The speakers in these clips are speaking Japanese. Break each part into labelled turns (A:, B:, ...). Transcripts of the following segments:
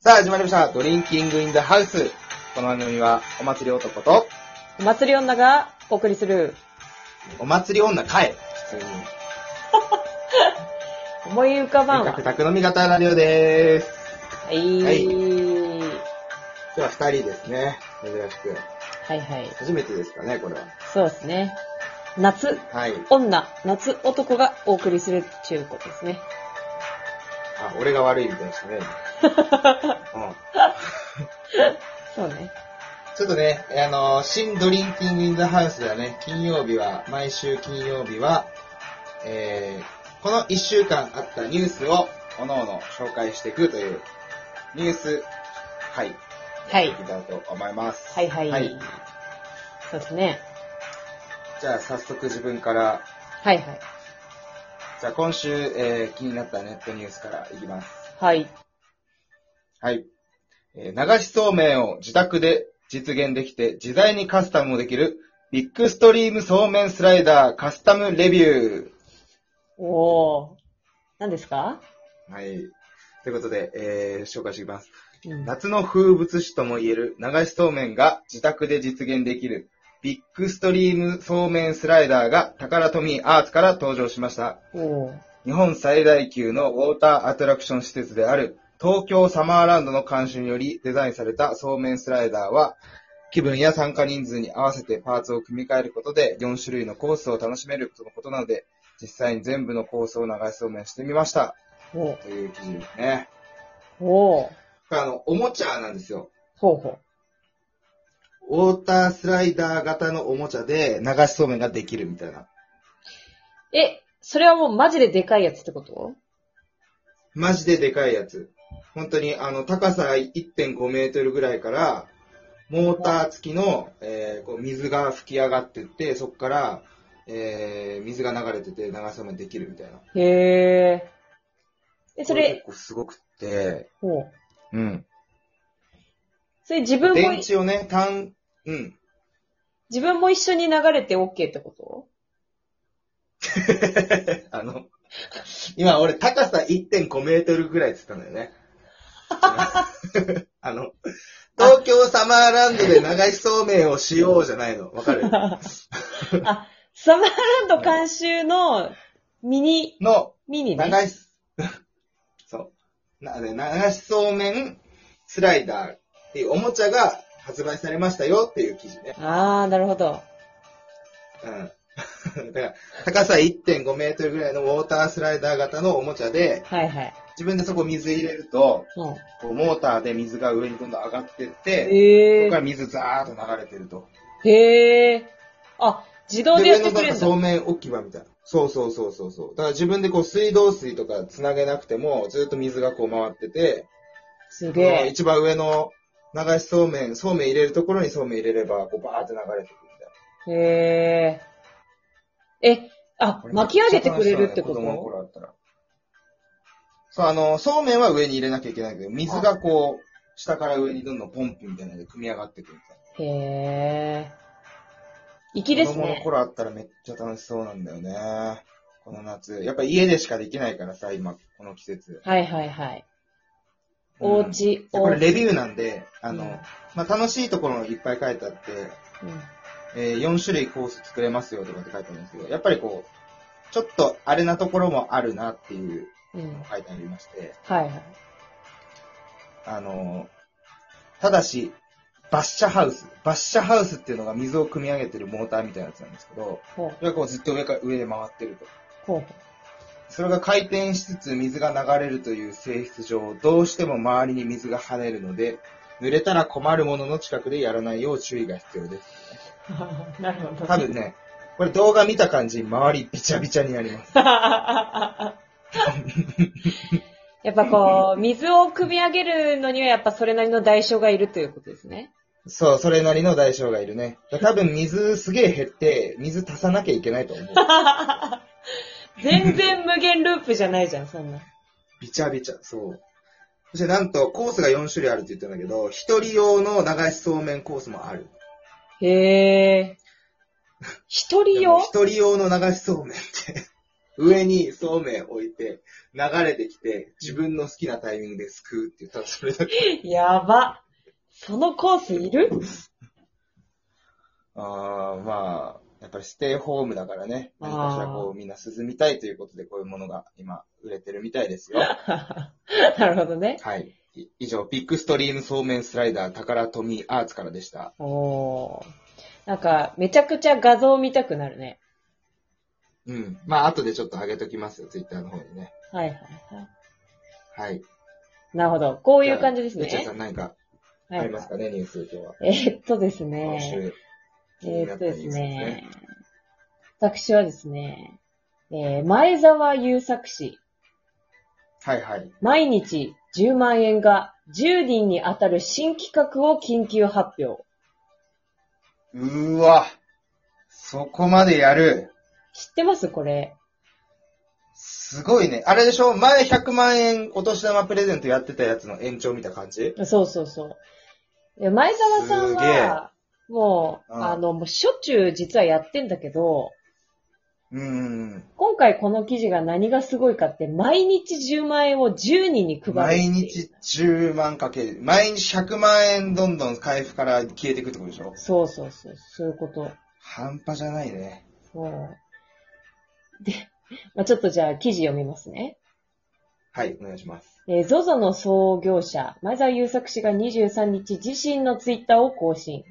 A: さあ、始まりました。ドリンキングインザハウス。この番組は、お祭り男と、
B: お祭り女がお送りする、
A: お祭り女かえ、普通に。
B: 思い浮かばんわ。
A: 企
B: は
A: 画宅飲み型ラジオでーす。
B: い。
A: は
B: はいい
A: 今日は二人ですね。珍しく。
B: はい。
A: 初めてですかね、これは。
B: そうですね。夏
A: はい。
B: 女、夏男がお送りするっていうことですね。
A: あ、俺が悪いみたいで したね。今うん。
B: そうね。
A: ちょっとね、あのー新ドリンキングインザハウスではね、金曜日は、毎週金曜日は、えー、この一週間あったニュースを、おのおの紹介していくという、ニュース、はい。
B: はい
A: やっていきたいと思います。
B: はいはい。
A: はい
B: そうですね。
A: じゃあ、早速自分から、
B: はいはい。
A: じゃあ今週、えー、気になったネットニュースからいきます。
B: はい。
A: はい。えー、流しそうめんを自宅で実現できて、自在にカスタムもできる、ビッグストリームそうめんスライダーカスタムレビュー。
B: おー。何ですか
A: はい。ということで、えー、紹介していきます。
B: うん。
A: 夏の風物詩ともいえる流しそうめんが自宅で実現できるビッグストリームそうめんスライダーがタカラトミーアーツから登場しました。
B: おー。
A: 日本最大級のウォーターアトラクション施設である東京サマーランドの監修によりデザインされたそうめんスライダーは気分や参加人数に合わせてパーツを組み替えることで4種類のコースを楽しめるとのことなので実際に全部のコースを流しそうめんしてみました
B: おー。
A: という記事ですね。
B: おー。
A: あの、おもちゃなんですよ。
B: ほうほ
A: ウォータースライダー型のおもちゃで流しそうめんができるみたいな。
B: う。え、それはもうマジででかいやつってこと
A: マジででかいやつ。本当に、あの、高さ1.5メートルぐらいから、モーター付きの、えーこう水が噴き上がってって、そこから、えー水が流れてて流しそうめんできるみたいな。
B: へー。え、
A: こ
B: それ
A: 結、構すごくって、
B: ほう。
A: うん。
B: それ自分も
A: 電、池をね、たん、うん。
B: 自分も一緒に流れて OK ってこと
A: あの、今俺高さ1.5メートルぐらいって言ったんだよね。 あの、東京サマーランドで流しそうめんをしようじゃないの。わかる
B: あ、サマーランド監修のミニ、
A: の、
B: ミニね。
A: 流し、そう。なので、流しそうめんスライダーっていうおもちゃが発売されましたよっていう記事ね。
B: あー、なるほど。
A: うん。 だから、高さ1.5メートルぐらいのウォータースライダー型のおもちゃで、
B: はいはい。
A: 自分でそこ水入れると、
B: うん、
A: こうモーターで水が上にどんどん上がってって、そ
B: へ
A: こから
B: ー。
A: 水ザーッと流れてると。
B: へー。あ、自動で
A: で、
B: や
A: 上
B: って
A: の
B: く
A: なん
B: れ
A: か
B: るんだ
A: そう。めん置き場みたいな。そうそうそうそうそう。だから自分でこう水道水とか繋げなくても、ずっと水がこう回ってて、
B: すげ
A: で、
B: え。
A: 一番上の流しそうめん、そうめん入れるところにそうめん入れれば、こうバーって流れてくるみたいな。
B: へー。え、あ、巻き上げてくれるってこ
A: 子供の
B: と
A: 頃だったら。そう、あの、そうめんは上に入れなきゃいけないけど、水がこう、下から上にどんどんポンプみたいなので組み上がってくるみたいな。
B: へー。粋です
A: 子供の
B: ね。
A: 頃あったらめっちゃ楽しそうなんだよね。この夏。やっぱ家でしかできないからさ、今、この季節。
B: はいはいはい。
A: うん
B: おうち、
A: で
B: お
A: これ
B: うち。
A: レビューなんで、あの、
B: うん
A: まあ、楽しいところいっぱい書いてあって、
B: うん
A: えー4種類コース作れますよとかって書いてあるんですけど、やっぱりこう、ちょっとあれなところもあるなっていう
B: うん。
A: のが書いてありまして、
B: はいはい。
A: あのーただし、バッシャハウス。バッシャハウスっていうのが水を汲み上げてるモーターみたいなやつなんですけど、
B: ほう
A: それがこうずっと上から上で回ってると。
B: ほう。
A: それが回転しつつ水が流れるという性質上、どうしても周りに水が跳ねるので、濡れたら困るものの近くでやらないよう注意が必要です。
B: なるほど。
A: 多分ね、これ動画見た感じ、周りビチャビチャになります。
B: やっぱこう、水を汲み上げるのにはやっぱそれなりの代償がいるということですね。
A: そう、それなりの代償がいるね。だ多分水すげえ減って、水足さなきゃいけないと思う。
B: 全然無限ループじゃないじゃん、そんな。
A: びちゃびちゃ、そう。そしてなんと、コースが4種類あるって言ってんだけど、一人用の流しそうめんコースもある。
B: へえ。一人
A: でも
B: 用
A: 一人用の流しそうめんって。 上にそうめん置いて、流れてきて、自分の好きなタイミングですくうって言ったらそれだけ。
B: やば。そのコースいる
A: ああ、まあ、やっぱりステイホームだからね。
B: あー
A: 何かしらこう、みんな涼みたいということで、こういうものが今、売れてるみたいですよ。
B: なるほどね。
A: はい。い以上、ビッグストリームそうめんスライダー、宝富アーツからでした。
B: おー。なんか、めちゃくちゃ画像見たくなるね。
A: うん。まあ、後でちょっと上げときますよ、ツイッターの方にね。
B: はいはいはい。
A: はい。
B: なるほど。こういう感じです
A: めっちゃ
B: ね
A: さ。ん何か
B: は
A: あり
B: い
A: ま。すかね、ニュース今日は。
B: えーっとです
A: 今
B: ね。
A: 週。
B: えーっとですね。私はですね、えー前澤友作氏、
A: はいはい。
B: 毎日10万円が10人に当たる新企画を緊急発表。
A: うーわ。そこまでやる。
B: 知ってますこれ。
A: すごいね。あれでしょ前100万円お年玉プレゼントやってたやつの延長見た感じ
B: そうそうそう。で前澤さん
A: すげえ
B: は、もう、
A: うん
B: あの、もうしょっちゅう実はやってんだけど、
A: うーん。
B: 今回この記事が何がすごいかって、毎日10万円を10人に配るってい
A: 毎
B: う。
A: 日10万かける。毎日100万円どんどん開布から消えていくってことでしょ
B: そうそうそう、そういうこと。
A: 半端じゃないね。
B: もうで、まあ、ちょっとじゃあ記事読みますね。
A: はい、お願いします。
B: えー ZOZO の創業者、前澤友作氏が23日自身のツイッターを更新。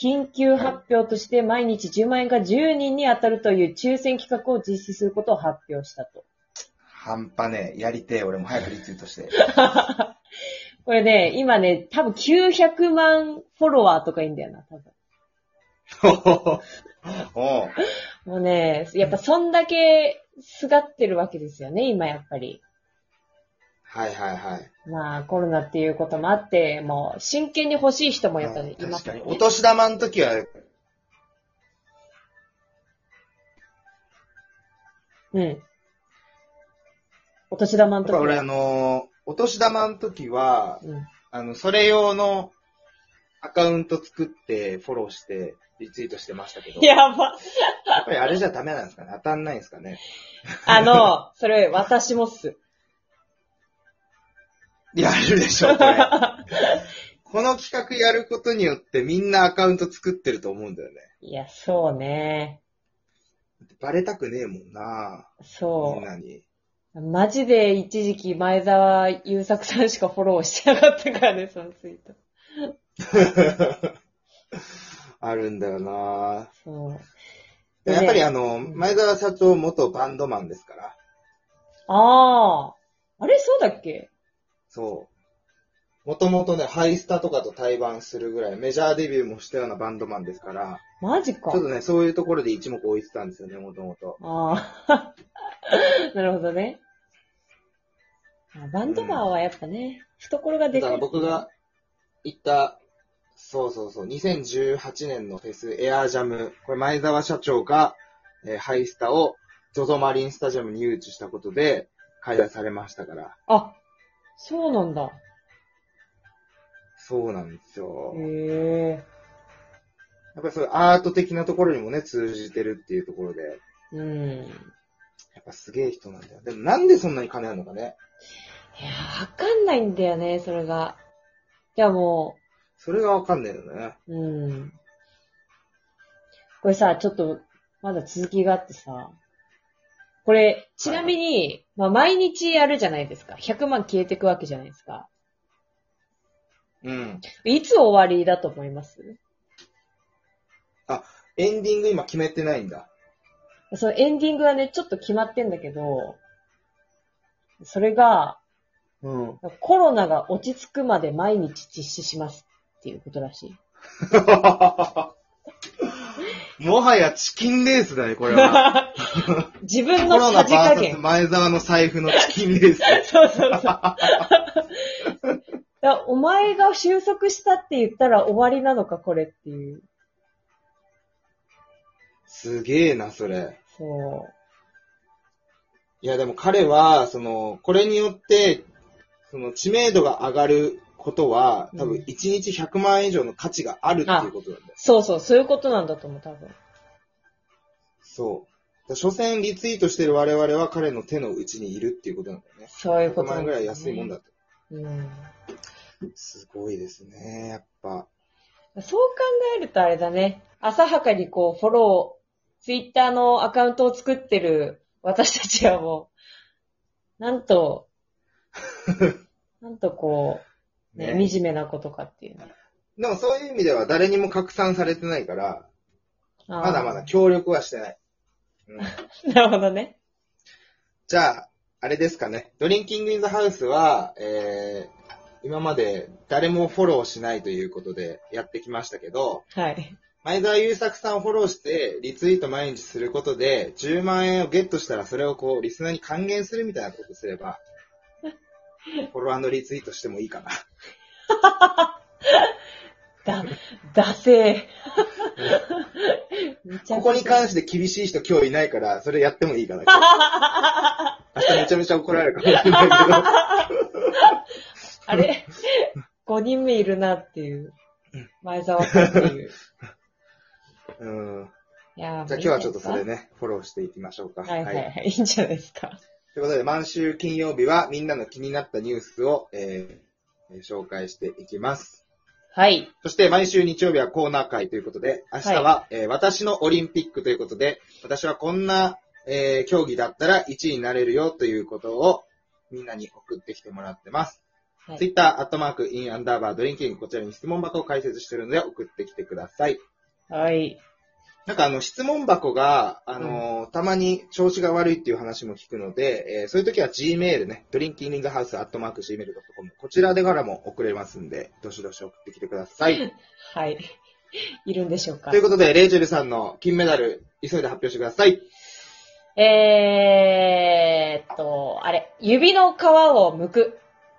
B: 緊急発表として毎日10万円が10人に当たるという抽選企画を実施することを発表したと。
A: 半端ねえ。やりてえ。俺も早くリツイート して。
B: これね、今ね、多分900万フォロワーとかいいんだよな、多分。
A: おう
B: もうね、やっぱそんだけすがってるわけですよね、今やっぱり。
A: はいはいはい。
B: まあコロナっていうこともあって、もう真剣に欲しい人もやっぱりいま
A: 確
B: す
A: か
B: よ
A: に。
B: ね。
A: お年玉の時は、
B: うん。お年玉の
A: やっ
B: と
A: ぱ
B: こ
A: 俺
B: ろ。
A: あのーお年玉の時は、
B: うん。
A: あの、それ用のアカウント作って、フォローして、リツイートしてましたけど、や
B: やば。
A: っぱりあれじゃダメなんですかね当たんないんですかね
B: あの、それ、私もっす。
A: やるで しょ、これ。この企画やることによってみんなアカウント作ってると思うんだよね。
B: いや、そうね。
A: バレたくねえもんなみ
B: そ
A: んなに。
B: う。マジで一時期前澤友作さんしかフォローしてなかったからね、そのツイート。
A: あるんだよな
B: そう。ね
A: やっぱりあの、
B: ん
A: 前澤社長元バンドマンですから。
B: ああ。あれ、そうだっけ
A: そう。もともとね、ハイスタとかと対バンするぐらい、メジャーデビューもしたようなバンドマンですから、
B: マジか
A: ちょっ。とね、そういうところで一目置いてたんですよね、もともと。
B: ああ。 なるほどね。あバンドマンはやっぱね、懐が
A: だ
B: で
A: か
B: からい。
A: 僕が行った、そうそうそう、2018年のフェス、エアージャム、これ前澤社長が、えーハイスタを ZOZO マリンスタジアムに誘致したことで、開催されましたから。
B: あ、そうなんだ。
A: そうなんですよ
B: へ。え。
A: やっぱりそういうアート的なところにもね、通じてるっていうところで、
B: うん。い
A: やっぱすげえ人なんだよ。でもなんでそんなに金あるのかね。
B: や、わかんないんだよね、それが。じゃあも
A: それがわかんないよね。
B: う、うん。これさ、ちょっと、まだ続きがあってさ。これ、ちなみに、まあ、毎日やるじゃないですか。100万消えてくわけじゃないですか。
A: うん。
B: いつ終わりだと思います
A: エンディング今決めてないんだ。
B: そのエンディングはね、ちょっと決まってんだけど、それが、
A: うん。
B: コロナが落ち着くまで毎日実施しますっていうことらし い。
A: もはやチキンレースだね、これは。
B: 自分
A: コ
B: の
A: ロナ
B: さじ加
A: VS
B: 減。
A: 前澤の財布のチキンレース。
B: そうそうそう。だからお前が収束したって言ったら終わりなのか、これっていう。
A: すげえな、それ。
B: そ
A: いや、でも彼は、その、これによって、その、知名度が上がることは、多分
B: うん
A: 1日100万円以上の価値があるっていうことなんだよ。
B: う。そうそう、そういうことなんだと思う、多分。
A: そう。から所詮リツイートしてる我々は彼の手の内にいるっていうことなんだよね。
B: そういうこ
A: 100
B: と
A: 万
B: な
A: 円
B: ん
A: ぐ
B: です
A: らい安い
B: ね
A: もんだって。
B: うん
A: すごいですね、やっぱ。
B: そう考えるとあれだね。浅はかにこう、フォロー、ツイッターのアカウントを作ってる私たちはもう、なん と、なんとこう、ね、
A: ね
B: 惨めなことかっていうね。
A: でもそういう意味では誰にも拡散されてないから、
B: ま
A: まだまだ。協力はしてない。うん、
B: なるほどね。
A: じゃあ、あれですかね。ドリンキングインザハウスは、えー、今まで誰もフォローしないということでやってきましたけど、
B: はい。
A: 前澤友作さんをフォローして、リツイート毎日することで、10万円をゲットしたらそれをこう、リスナーに還元するみたいなことすれ ば、フォロワーのリツイートしてもいいかな。
B: だ、惰性。めち
A: こ
B: ゃくちゃ
A: こに関して厳しい人今日いないから、それやってもいいかな。 明日めちゃめちゃ怒られるかもしれないけど。
B: あれ ?5 人目いるなっていう。前澤さんっていう。
A: うん。
B: いや
A: じゃあ今日はちょっとそれ
B: ね。
A: ね、フォローしていきましょうか。
B: はいはいはい。いいんじゃないですか。
A: ということで、毎週金曜日はみんなの気になったニュースを、えーえー紹介していきます。
B: はい。
A: そして、毎週日曜日はコーナー会ということで、明日は、えー私のオリンピックということで、私はこんな、えー競技だったら1位になれるよということをみんなに送ってきてもらってます。
B: はい
A: Twitter、アットマーク、インアンダーバー、ドリンキング、こちらに質問箱を開設してるので送ってきてください。
B: はい。
A: なんかあの、質問箱が、あのーたまに調子が悪いっていう話も聞くので、えーそういう時は Gmail ね、ドリンキングハウスアットマーク Gmail.com、こちらでからも送れますんで、どしどし送ってきてください。
B: はい。 いるんでしょうか
A: という。ことで、レイチェルさんの金メダル、急いで発表してください。
B: えーっと、あれ、指の皮を剥く。